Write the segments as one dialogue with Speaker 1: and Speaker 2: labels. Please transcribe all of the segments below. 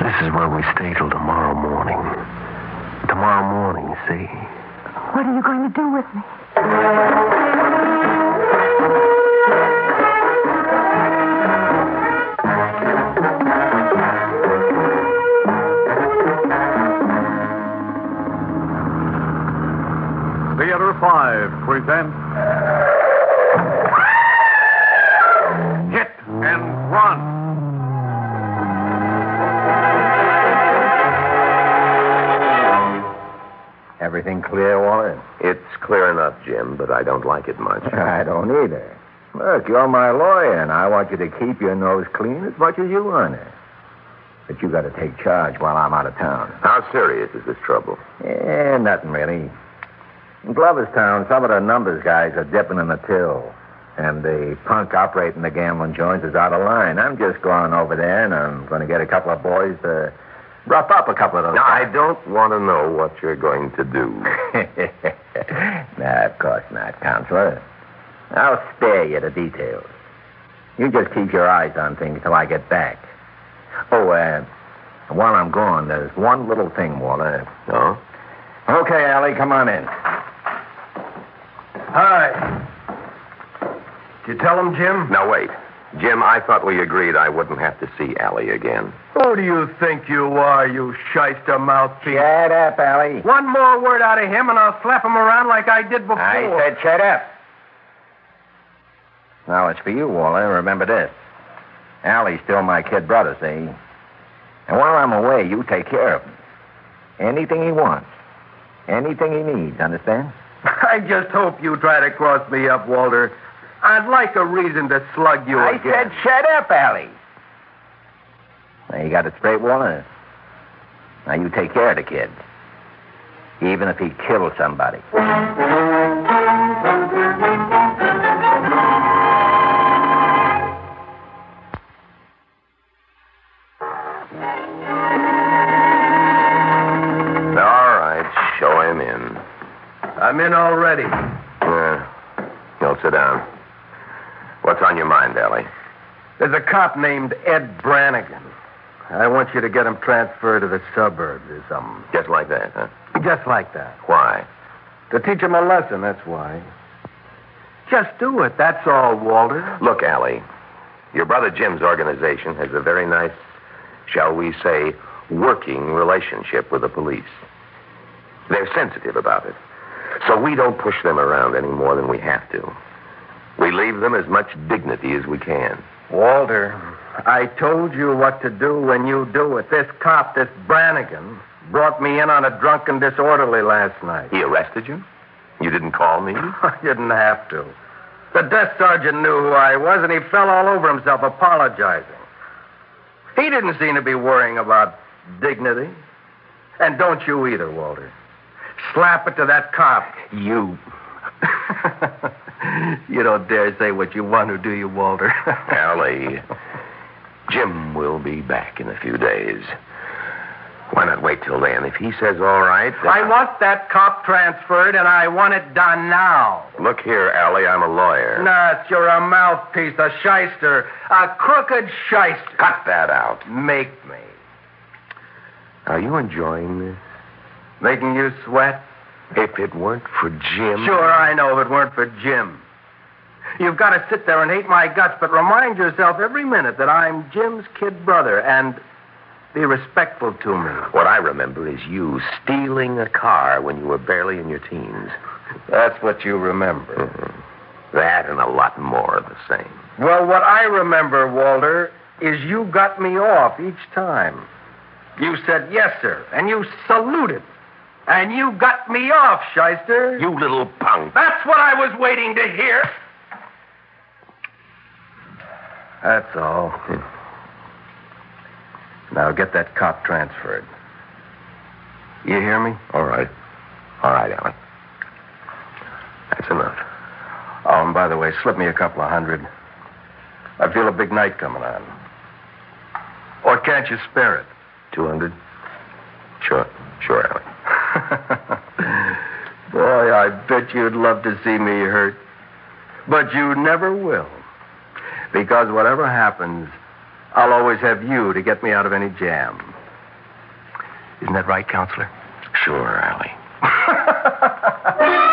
Speaker 1: This is where we stay till tomorrow morning. Tomorrow morning, see?
Speaker 2: What are you going to do with me?
Speaker 3: Theater 5 presents. Hit and Run.
Speaker 4: Everything clear, Walter?
Speaker 1: It's clear enough, Jim, but I don't like it much.
Speaker 4: I don't either. Look, you're my lawyer, and I want you to keep your nose clean as much as you want to. But you got to take charge while I'm out of town.
Speaker 1: How serious is this trouble?
Speaker 4: Eh, nothing really. In Gloverstown, some of the numbers guys are dipping in the till. And the punk operating the gambling joints is out of line. I'm just going over there, and I'm going to get a couple of boys to rough up a couple of those.
Speaker 1: Now, I
Speaker 4: guys.
Speaker 1: don't want to know what you're going to do.
Speaker 4: no, of course not, Counselor. I'll spare you the details. You just keep your eyes on things till I get back. Oh, uh, while I'm gone, there's one little thing, Walter.
Speaker 1: No?
Speaker 4: Okay, Allie, come on in.
Speaker 5: Hi. Did you tell him, Jim?
Speaker 1: Now, wait. Jim, I thought we agreed I wouldn't have to see Allie again.
Speaker 5: Who do you think you are, you shyster mouthpiece?
Speaker 4: Shut up, Allie.
Speaker 5: One more word out of him, and I'll slap him around like I did before.
Speaker 4: I said shut up. Now, it's for you, Walter. Remember this. Allie's still my kid brother, see? And while I'm away, you take care of him. Anything he wants. Anything he needs, understand?
Speaker 5: I just hope you try to cross me up, Walter. I'd like a reason to slug you
Speaker 4: I
Speaker 5: again.
Speaker 4: said shut up, Allie. Now, you got it straight, Walter. Now, you take care of the kid. Even if he kills somebody.
Speaker 1: All right, show him in.
Speaker 5: I'm in already.
Speaker 1: Yeah. You'll sit down. What's on your mind, Allie?
Speaker 5: There's a cop named Ed Brannigan. I want you to get him transferred to the suburbs or something.
Speaker 1: Just like that, huh?
Speaker 5: Just like that.
Speaker 1: Why?
Speaker 5: To teach him a lesson, that's why. Just do it, that's all, Walter.
Speaker 1: Look, Allie, your brother Jim's organization has a very nice, shall we say, working relationship with the police. They're sensitive about it. So we don't push them around any more than we have to. We leave them as much dignity as we can.
Speaker 5: Walter, I told you what to do when you do it. This cop, this Brannigan, brought me in on a drunken disorderly last night.
Speaker 1: He arrested you? You didn't call me?
Speaker 5: I didn't have to. The desk sergeant knew who I was, and he fell all over himself apologizing. He didn't seem to be worrying about dignity. And don't you either, Walter. Slap it to that cop.
Speaker 1: You.
Speaker 5: you don't dare say what you want to, do you, Walter?
Speaker 1: Allie, Jim will be back in a few days. Why not wait till then? If he says all right. then-
Speaker 5: I want that cop transferred, and I want it done now.
Speaker 1: Look here, Allie, I'm a lawyer.
Speaker 5: Nuts, you're a mouthpiece, a shyster, a crooked shyster.
Speaker 1: Cut that out.
Speaker 5: Make me.
Speaker 1: Are you enjoying this?
Speaker 5: Making you sweat?
Speaker 1: If it weren't for Jim.
Speaker 5: Sure, I know if it weren't for Jim. You've got to sit there and hate my guts, but remind yourself every minute that I'm Jim's kid brother and be respectful to me.
Speaker 1: What I remember is you stealing a car when you were barely in your teens. Mm-hmm.
Speaker 5: That's what you remember.
Speaker 1: That and a lot more of the same.
Speaker 5: Well, what I remember, Walter, is you got me off each time. You said yes, sir, and you saluted. And you got me off, shyster.
Speaker 1: You little punk.
Speaker 5: That's what I was waiting to hear. That's all. now get that cop transferred. You hear me?
Speaker 1: All right. All right, Allie. That's enough.
Speaker 5: Oh, and by the way, slip me a couple of hundred. I feel a big night coming on. Or can't you spare it?
Speaker 1: 200? Sure. Sure, Allie.
Speaker 5: Boy, I bet you'd love to see me hurt. But you never will. Because whatever happens, I'll always have you to get me out of any jam. Isn't that right, counselor?
Speaker 1: Sure, Allie.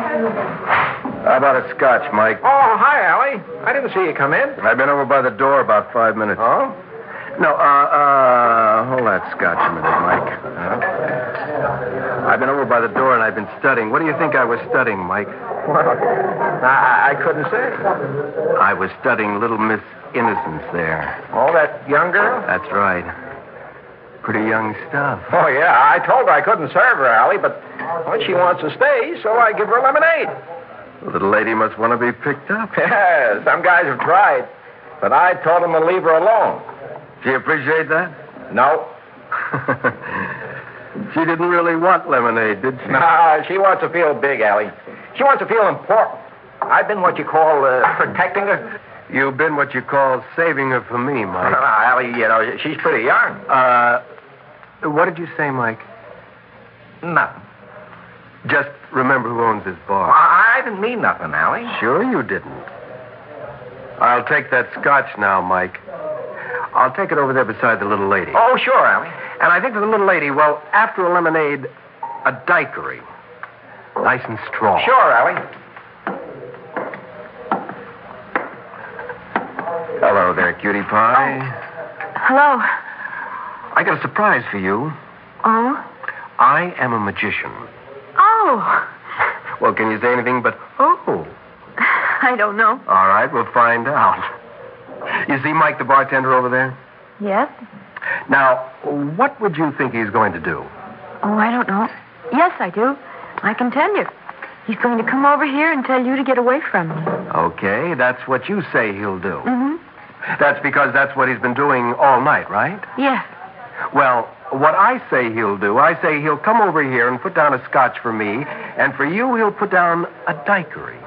Speaker 5: How about a scotch, Mike?
Speaker 4: Oh, hi, Allie. I didn't see you come in.
Speaker 5: I've been over by the door about five minutes.
Speaker 4: Oh?
Speaker 5: No, uh, uh, hold that scotch a minute, Mike. Uh-huh. I've been over by the door and I've been studying. What do you think I was studying, Mike?
Speaker 4: Well, I, I couldn't say.
Speaker 5: I was studying Little Miss Innocence there.
Speaker 4: Oh, that young girl?
Speaker 5: That's right. Pretty young stuff.
Speaker 4: Oh, yeah. I told her I couldn't serve her, Allie, but well, she wants to stay, so I give her lemonade.
Speaker 5: Little lady must want to be picked up.
Speaker 4: Yeah, some guys have tried, but I told them to leave her alone.
Speaker 5: Do you appreciate that?
Speaker 4: No.
Speaker 5: she didn't really want lemonade, did she?
Speaker 4: No, she wants to feel big, Allie. She wants to feel important. I've been what you call uh, protecting her.
Speaker 5: You've been what you call saving her for me, Mike.
Speaker 4: Well,
Speaker 1: Uh-huh.
Speaker 4: Allie, you know, she's pretty young.
Speaker 5: Uh, what did you say, Mike?
Speaker 4: Nothing.
Speaker 5: Just remember who owns this bar.
Speaker 4: I I didn't mean nothing, Allie.
Speaker 5: Sure you didn't. I'll take that scotch now, Mike. I'll take it over there beside the little lady.
Speaker 4: Oh, sure, Allie.
Speaker 5: And I think for the little lady, well, after a lemonade, a daiquiri. Nice and strong.
Speaker 4: Sure, Allie.
Speaker 5: Hello there, cutie pie.
Speaker 2: Hello.
Speaker 5: I got a surprise for you.
Speaker 2: Oh?
Speaker 5: I am a magician.
Speaker 2: Oh.
Speaker 5: Well, can you say anything but, oh?
Speaker 2: I don't know.
Speaker 5: All right, we'll find out. You see Mike, the bartender over there?
Speaker 2: Yes?
Speaker 5: Now, what would you think he's going to do?
Speaker 2: Oh, I don't know. Yes, I do. I can tell you. He's going to come over here and tell you to get away from me.
Speaker 5: Okay, that's what you say he'll do.
Speaker 2: Mm-hmm.
Speaker 5: That's because that's what he's been doing all night, right?
Speaker 2: Yes.
Speaker 5: Well, what I say he'll do, I say he'll come over here and put down a scotch for me, and for you, he'll put down a daiquiri.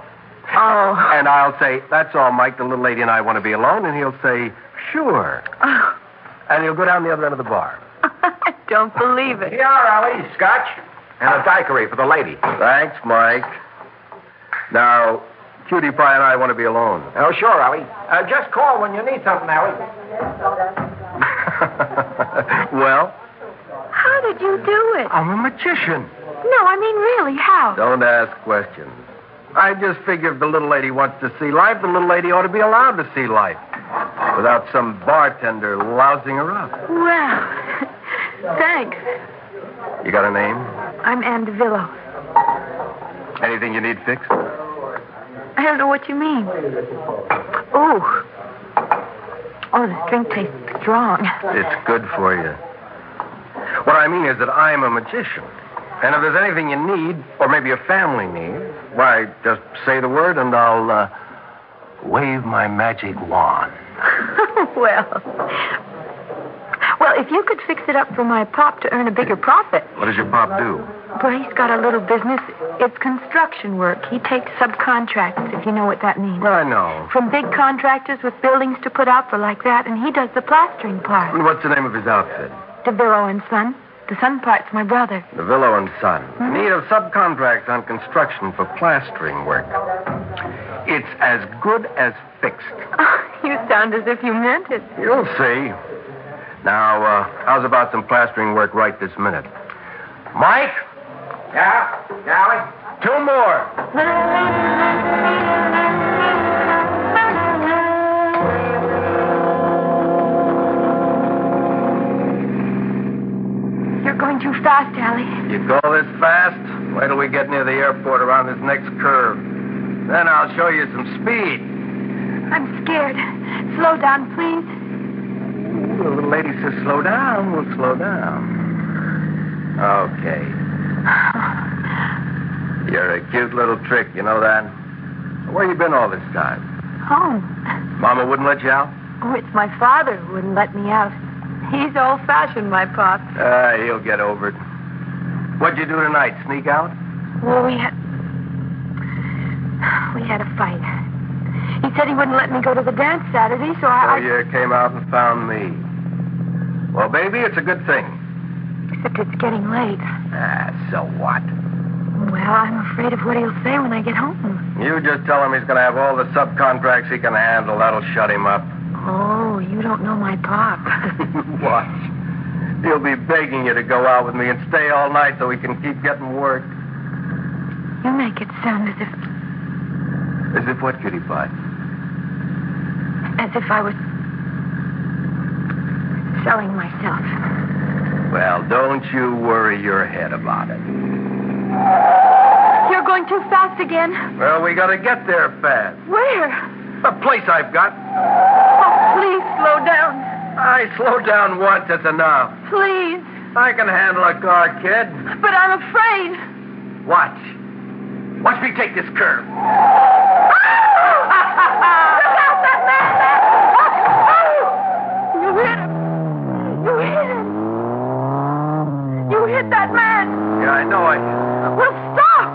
Speaker 2: Oh.
Speaker 5: And I'll say, That's all, Mike. The little lady and I want to be alone. And he'll say, Sure.
Speaker 2: oh.
Speaker 5: And he'll go down the other end of the bar.
Speaker 2: I don't believe it.
Speaker 4: Here, Allie. Scotch and a daiquiri for the lady.
Speaker 5: Thanks, Mike. Now, Cutie Pie and I want to be alone.
Speaker 4: Oh, sure, Allie. Uh, just call when you need something, Allie.
Speaker 5: well,
Speaker 2: How did you do it?
Speaker 5: I'm a magician.
Speaker 2: No, I mean, really, how?
Speaker 5: Don't ask questions. I just figure if the little lady wants to see life, the little lady ought to be allowed to see life without some bartender lousing her up.
Speaker 2: Well, thanks.
Speaker 5: You got a name?
Speaker 2: I'm Ann DeVillo.
Speaker 5: Anything you need fixed?
Speaker 2: I don't know what you mean. Oh. Oh, this drink tastes strong.
Speaker 5: It's good for you. What I mean is that I'm a magician. And if there's anything you need, or maybe your family needs, why, just say the word and I'll uh, wave my magic wand.
Speaker 2: well. Well, if you could fix it up for my pop to earn a bigger profit.
Speaker 5: What does your pop do?
Speaker 2: Well, he's got a little business. It's construction work. He takes subcontracts, if you know what that means.
Speaker 5: Well, I know.
Speaker 2: From big contractors with buildings to put out for like that, and he does the plastering part.
Speaker 5: And what's the name of his outfit?
Speaker 2: DeVillo and Son. The son part's my brother.
Speaker 5: The Villo and Son. In need of subcontracts on construction for plastering work. It's as good as fixed.
Speaker 2: Oh, you sound as if you meant it.
Speaker 5: You'll see. Now, uh, how's about some plastering work right this minute? Mike,
Speaker 4: Yeah? Allie?
Speaker 5: two more.
Speaker 2: You're going too fast, Allie.
Speaker 5: You go this fast? Wait till we get near the airport around this next curve. Then I'll show you some speed.
Speaker 2: I'm scared. Slow down, please.
Speaker 5: Ooh, the little lady says, slow down. We'll slow down. Okay. You're a cute little trick, you know that? Where you been all this time?
Speaker 2: Home.
Speaker 5: Mama wouldn't let you out?
Speaker 2: Oh, it's my father who wouldn't let me out. He's old fashioned, my pop.
Speaker 5: Ah, he'll get over it. What'd you do tonight? Sneak out?
Speaker 2: Well, we had. We had a fight. He said he wouldn't let me go to the dance Saturday,
Speaker 5: So
Speaker 2: so I. I-
Speaker 5: you came out and found me. Well, baby, it's a good thing.
Speaker 2: Except it's getting late.
Speaker 5: Ah, so what?
Speaker 2: Well, I'm afraid of what he'll say when I get home.
Speaker 5: You just tell him he's going to have all the subcontracts he can handle. That'll shut him up.
Speaker 2: Oh, you don't know my pop.
Speaker 5: Watch. He'll be begging you to go out with me and stay all night so he can keep getting work.
Speaker 2: you make it sound as
Speaker 5: As
Speaker 2: if
Speaker 5: if what, Kitty Pie?
Speaker 2: as if I was selling myself.
Speaker 5: Well, don't you worry your head about it.
Speaker 2: You're going too fast again.
Speaker 5: Well, we got to get there fast.
Speaker 2: Where?
Speaker 5: The place I've got.
Speaker 2: Oh, please slow down.
Speaker 5: I slow down once, it's enough.
Speaker 2: Please.
Speaker 5: I can handle a car, kid.
Speaker 2: But I'm afraid.
Speaker 5: Watch. Watch me take this curve.
Speaker 2: You hit him. You hit him. You hit that man.
Speaker 5: Yeah, I know I.
Speaker 2: Well, stop.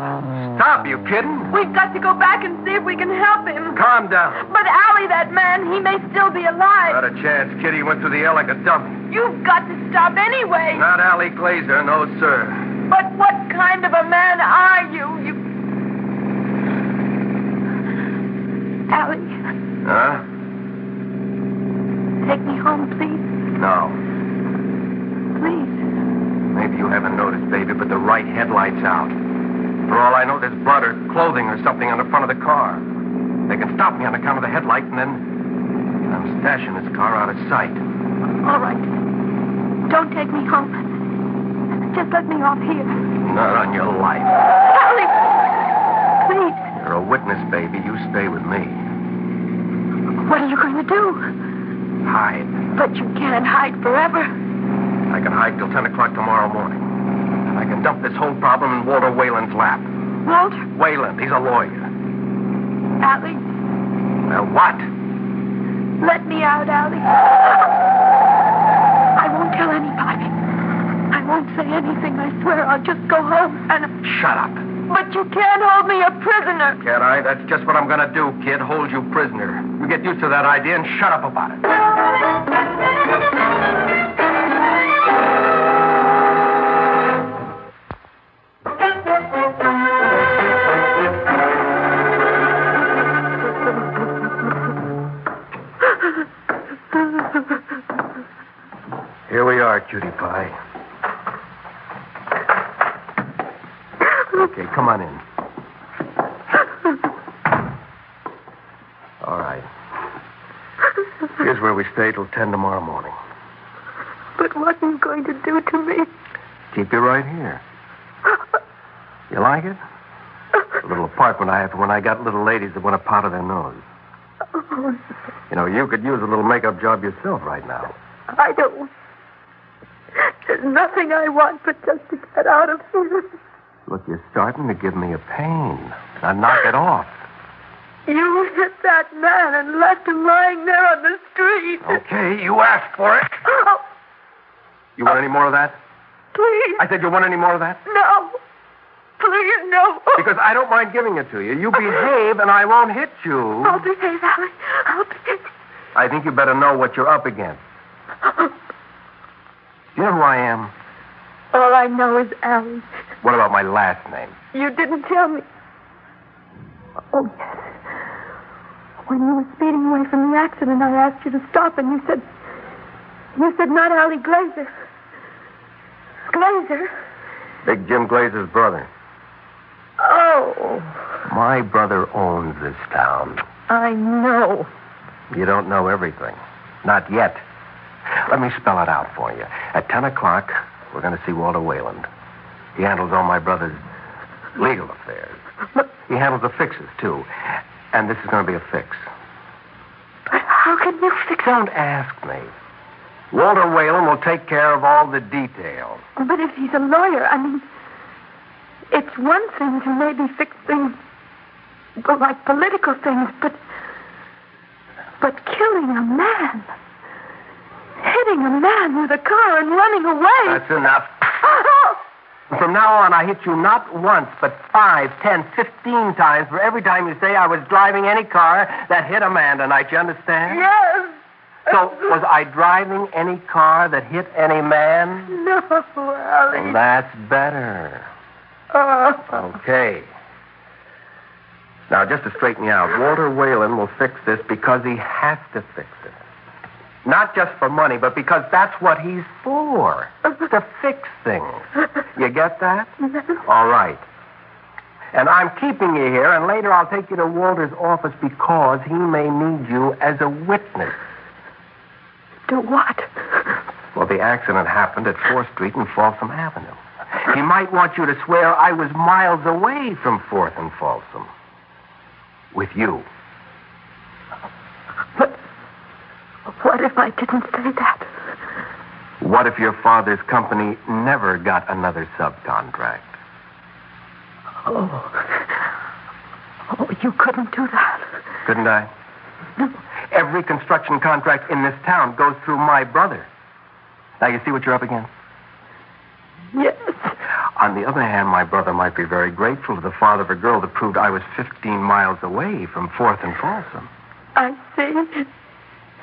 Speaker 5: Stop, you kidding?
Speaker 2: We've got to go back and see if we can help him.
Speaker 5: Calm down.
Speaker 2: But Allie, that man, he may still be alive.
Speaker 5: Not a chance, kid. He went through the air like a dummy.
Speaker 2: You've got to stop anyway.
Speaker 5: Not Allie Glazer, no, sir.
Speaker 2: But what kind of a man are you? You. Allie,
Speaker 5: Huh?
Speaker 2: take me home, please.
Speaker 5: No.
Speaker 2: Please.
Speaker 5: Maybe you haven't noticed, baby, but the right headlight's out. For all I know, there's blood or clothing or something on the front of the car. They can stop me on account of the headlight, and then I'm stashing this car out of sight.
Speaker 2: All right. Don't take me home. Just let me off here.
Speaker 5: Not on your life.
Speaker 2: Allie! Please.
Speaker 5: You're a witness, baby. You stay with me.
Speaker 2: What are you going to do?
Speaker 5: Hide.
Speaker 2: But you can't hide forever.
Speaker 5: I can hide till 10 o'clock tomorrow morning. I can dump this whole problem in Walter Whalen's lap.
Speaker 2: Walter,
Speaker 5: Whalen, he's a lawyer.
Speaker 2: Allie,
Speaker 5: Now what?
Speaker 2: let me out, Allie. I won't tell anybody. I won't say anything, I swear. I'll just go home and.
Speaker 5: Shut up.
Speaker 2: But you can't hold me a prisoner.
Speaker 5: Can I? That's just what I'm gonna do, kid. Hold you prisoner. You get used to that idea and shut up about it. Here we are, cutie pie. Okay, come on in. All right. Here's where we stay till 10 tomorrow morning.
Speaker 2: But what are you going to do to me?
Speaker 5: Keep you right here. You like it? A little apartment I have for when I got little ladies that want to powder their nose. You know, you could use a little makeup job yourself right now.
Speaker 2: I don't. There's nothing I want but just to get out of here.
Speaker 5: Look, you're starting to give me a pain. Now knock it off.
Speaker 2: You hit that man and left him lying there on the street.
Speaker 5: Okay, you asked for it.
Speaker 2: Oh,
Speaker 5: You want any more of that?
Speaker 2: please,
Speaker 5: I said you want any more of that?
Speaker 2: no. Please, no.
Speaker 5: Because I don't mind giving it to you. You behave and I won't hit you.
Speaker 2: I'll behave, Allie. I'll behave.
Speaker 5: I think you better know what you're up against. Do you know who I am?
Speaker 2: All I know is Allie.
Speaker 5: What about my last name?
Speaker 2: You didn't tell me. Oh, yes. When you were speeding away from the accident, I asked you to stop, and you said. You said not Allie Glazer. Glazer?
Speaker 5: Big Jim Glazer's brother.
Speaker 2: Oh,
Speaker 5: My brother owns this town.
Speaker 2: I know.
Speaker 5: You don't know everything. Not yet. Let me spell it out for you. At 10 o'clock, we're going to see Walter Wayland. He handles all my brother's legal affairs. He handles the fixes, too. And this is going to be a fix.
Speaker 2: But how can you fix it?
Speaker 5: Don't ask me. Walter Whalen will take care of all the details.
Speaker 2: But if he's a lawyer, I mean, it's one thing to maybe fix things, well, like political things, but but killing a man, hitting a man with a car and running away.
Speaker 5: That's enough.
Speaker 2: Oh,
Speaker 5: From now on, I hit you not once, but five, ten, fifteen times for every time you say I was driving any car that hit a man tonight. You understand?
Speaker 2: yes.
Speaker 5: So, was I driving any car that hit any man?
Speaker 2: No,
Speaker 5: Well,
Speaker 2: Allie.
Speaker 5: that's better.
Speaker 2: Oh.
Speaker 5: Okay. Now, just to straighten you out, Walter Whalen will fix this because he has to fix it. Not just for money, but because that's what he's for. To fix things. You get that? All right. And I'm keeping you here, and later I'll take you to Walter's office because he may need you as a witness.
Speaker 2: Do what?
Speaker 5: Well, the accident happened at 4th Street and Folsom Avenue. He might want you to swear I was miles away from 4th and Folsom. With you.
Speaker 2: But what if I didn't say that?
Speaker 5: What if your father's company never got another subcontract?
Speaker 2: Oh. Oh, you couldn't do that.
Speaker 5: Couldn't I?
Speaker 2: No.
Speaker 5: Every construction contract in this town goes through my brother. Now, you see what you're up against?
Speaker 2: Yes.
Speaker 5: On the other hand, my brother might be very grateful to the father of a girl that proved I was 15 miles away from 4th and Folsom.
Speaker 2: I see.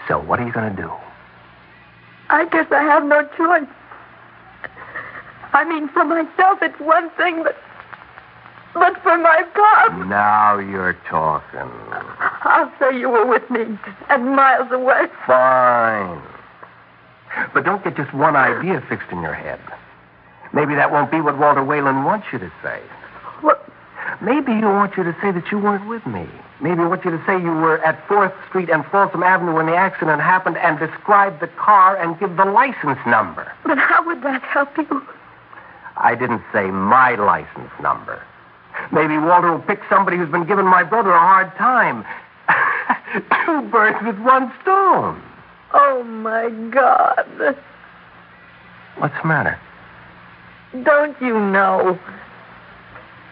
Speaker 5: So, what are you going to do?
Speaker 2: I guess I have no choice. I mean, for myself, it's one thing, but. But for my pop,
Speaker 5: Now you're talking.
Speaker 2: I'll say you were with me and miles away.
Speaker 5: Fine. But don't get just one idea fixed in your head. Maybe that won't be what Walter Whalen wants you to say.
Speaker 2: What?
Speaker 5: Maybe he'll want you to say that you weren't with me. Maybe he'll want you to say you were at 4th Street and Folsom Avenue when the accident happened and describe the car and give the license number.
Speaker 2: But how would that help you?
Speaker 5: I didn't say my license number. Maybe Walter will pick somebody who's been giving my brother a hard time. Two birds with one stone.
Speaker 2: Oh, my God.
Speaker 5: What's the matter?
Speaker 2: Don't you know?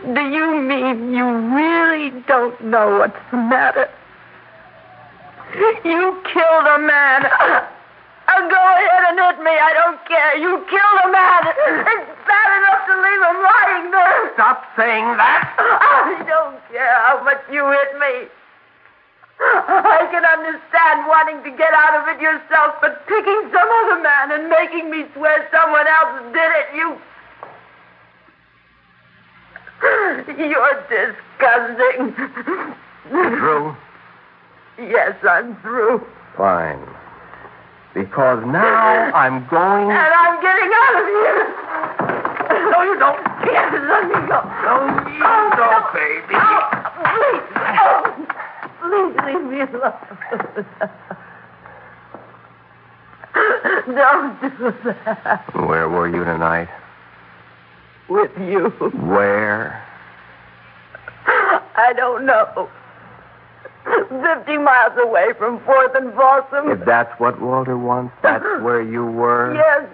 Speaker 2: Do you mean you really don't know what's the matter? You killed a man. Uh, go ahead and hit me. I don't care. You killed a man. It's bad enough to leave him lying there.
Speaker 5: Stop saying that.
Speaker 2: I don't care how much you hit me. I can understand wanting to get out of it yourself, but picking some other man and making me swear someone else did it, you. You're disgusting.
Speaker 5: Drew,
Speaker 2: Yes, I'm through.
Speaker 5: fine. Because now I'm going.
Speaker 2: And I'm getting out of here. No, you don't. Yes, let me go.
Speaker 5: No, you
Speaker 2: Oh,
Speaker 5: don't,
Speaker 2: no.
Speaker 5: baby.
Speaker 2: Oh, please. Oh, please leave me alone. Don't do that
Speaker 5: Where were you tonight?
Speaker 2: with you.
Speaker 5: Where?
Speaker 2: I don't know. Fifty miles away from Fourth and Folsom.
Speaker 5: If that's what Walter wants, that's where you were.
Speaker 2: Yes,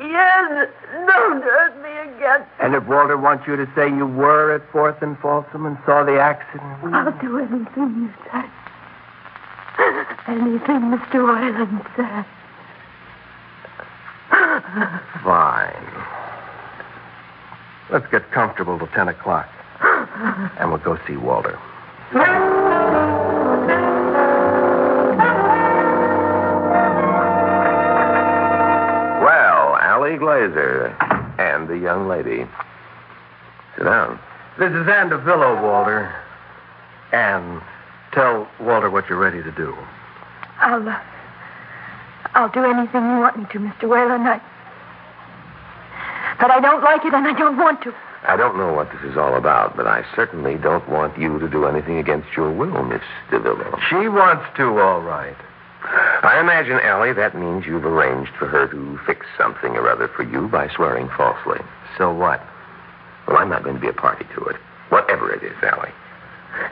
Speaker 2: yes. Don't hurt me again.
Speaker 5: And if Walter wants you to say you were at Fourth and Folsom and saw the accident,
Speaker 2: I'll do anything you say. Anything Mr. Wyland says.
Speaker 5: fine. Let's get comfortable till ten o'clock, and we'll go see Walter.
Speaker 1: Well, Allie Glazer and the young lady. Sit down.
Speaker 5: This is Ann DeVillo, Walter. Ann, tell Walter what you're ready to do.
Speaker 2: I'll, uh, I'll do anything you want me to, Mr. Whalen. I, but I don't like it and I don't want to.
Speaker 1: I don't know what this is all about, but I certainly don't want you to do anything against your will, Miss DeVillo.
Speaker 5: She wants to, all right.
Speaker 1: I imagine, Allie, that means you've arranged for her to fix something or other for you by swearing falsely.
Speaker 5: So what?
Speaker 1: Well, I'm not going to be a party to it, whatever it is, Allie.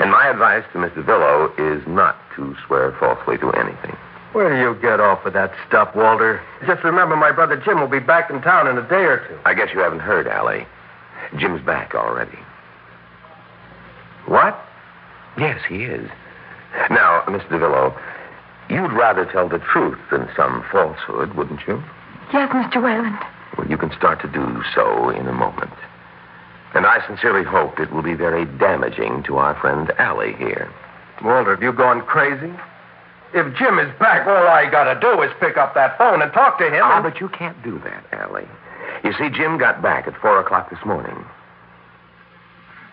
Speaker 1: And my advice to Mr. Villo is not to swear falsely to anything.
Speaker 5: Where do you get off with that stuff, Walter? Just remember, my brother Jim will be back in town in a day or two.
Speaker 1: I guess you haven't heard, Allie. Jim's back already.
Speaker 5: What?
Speaker 1: Yes, he is. Now, Mr. DeVillo, you'd rather tell the truth than some falsehood, wouldn't you?
Speaker 2: Yes, Mr. Whalen.
Speaker 1: Well, you can start to do so in a moment. And I sincerely hope it will be very damaging to our friend Allie here.
Speaker 5: Walter, have you gone crazy? If Jim is back, all I gotta do is pick up that phone and talk to him.
Speaker 1: Ah,
Speaker 5: and-
Speaker 1: but you can't do that, Allie. You see, Jim got back at 4 o'clock this morning.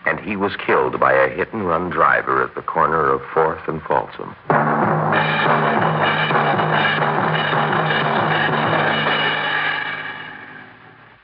Speaker 1: and he was killed by a hit and run driver at the corner of Fourth and Folsom.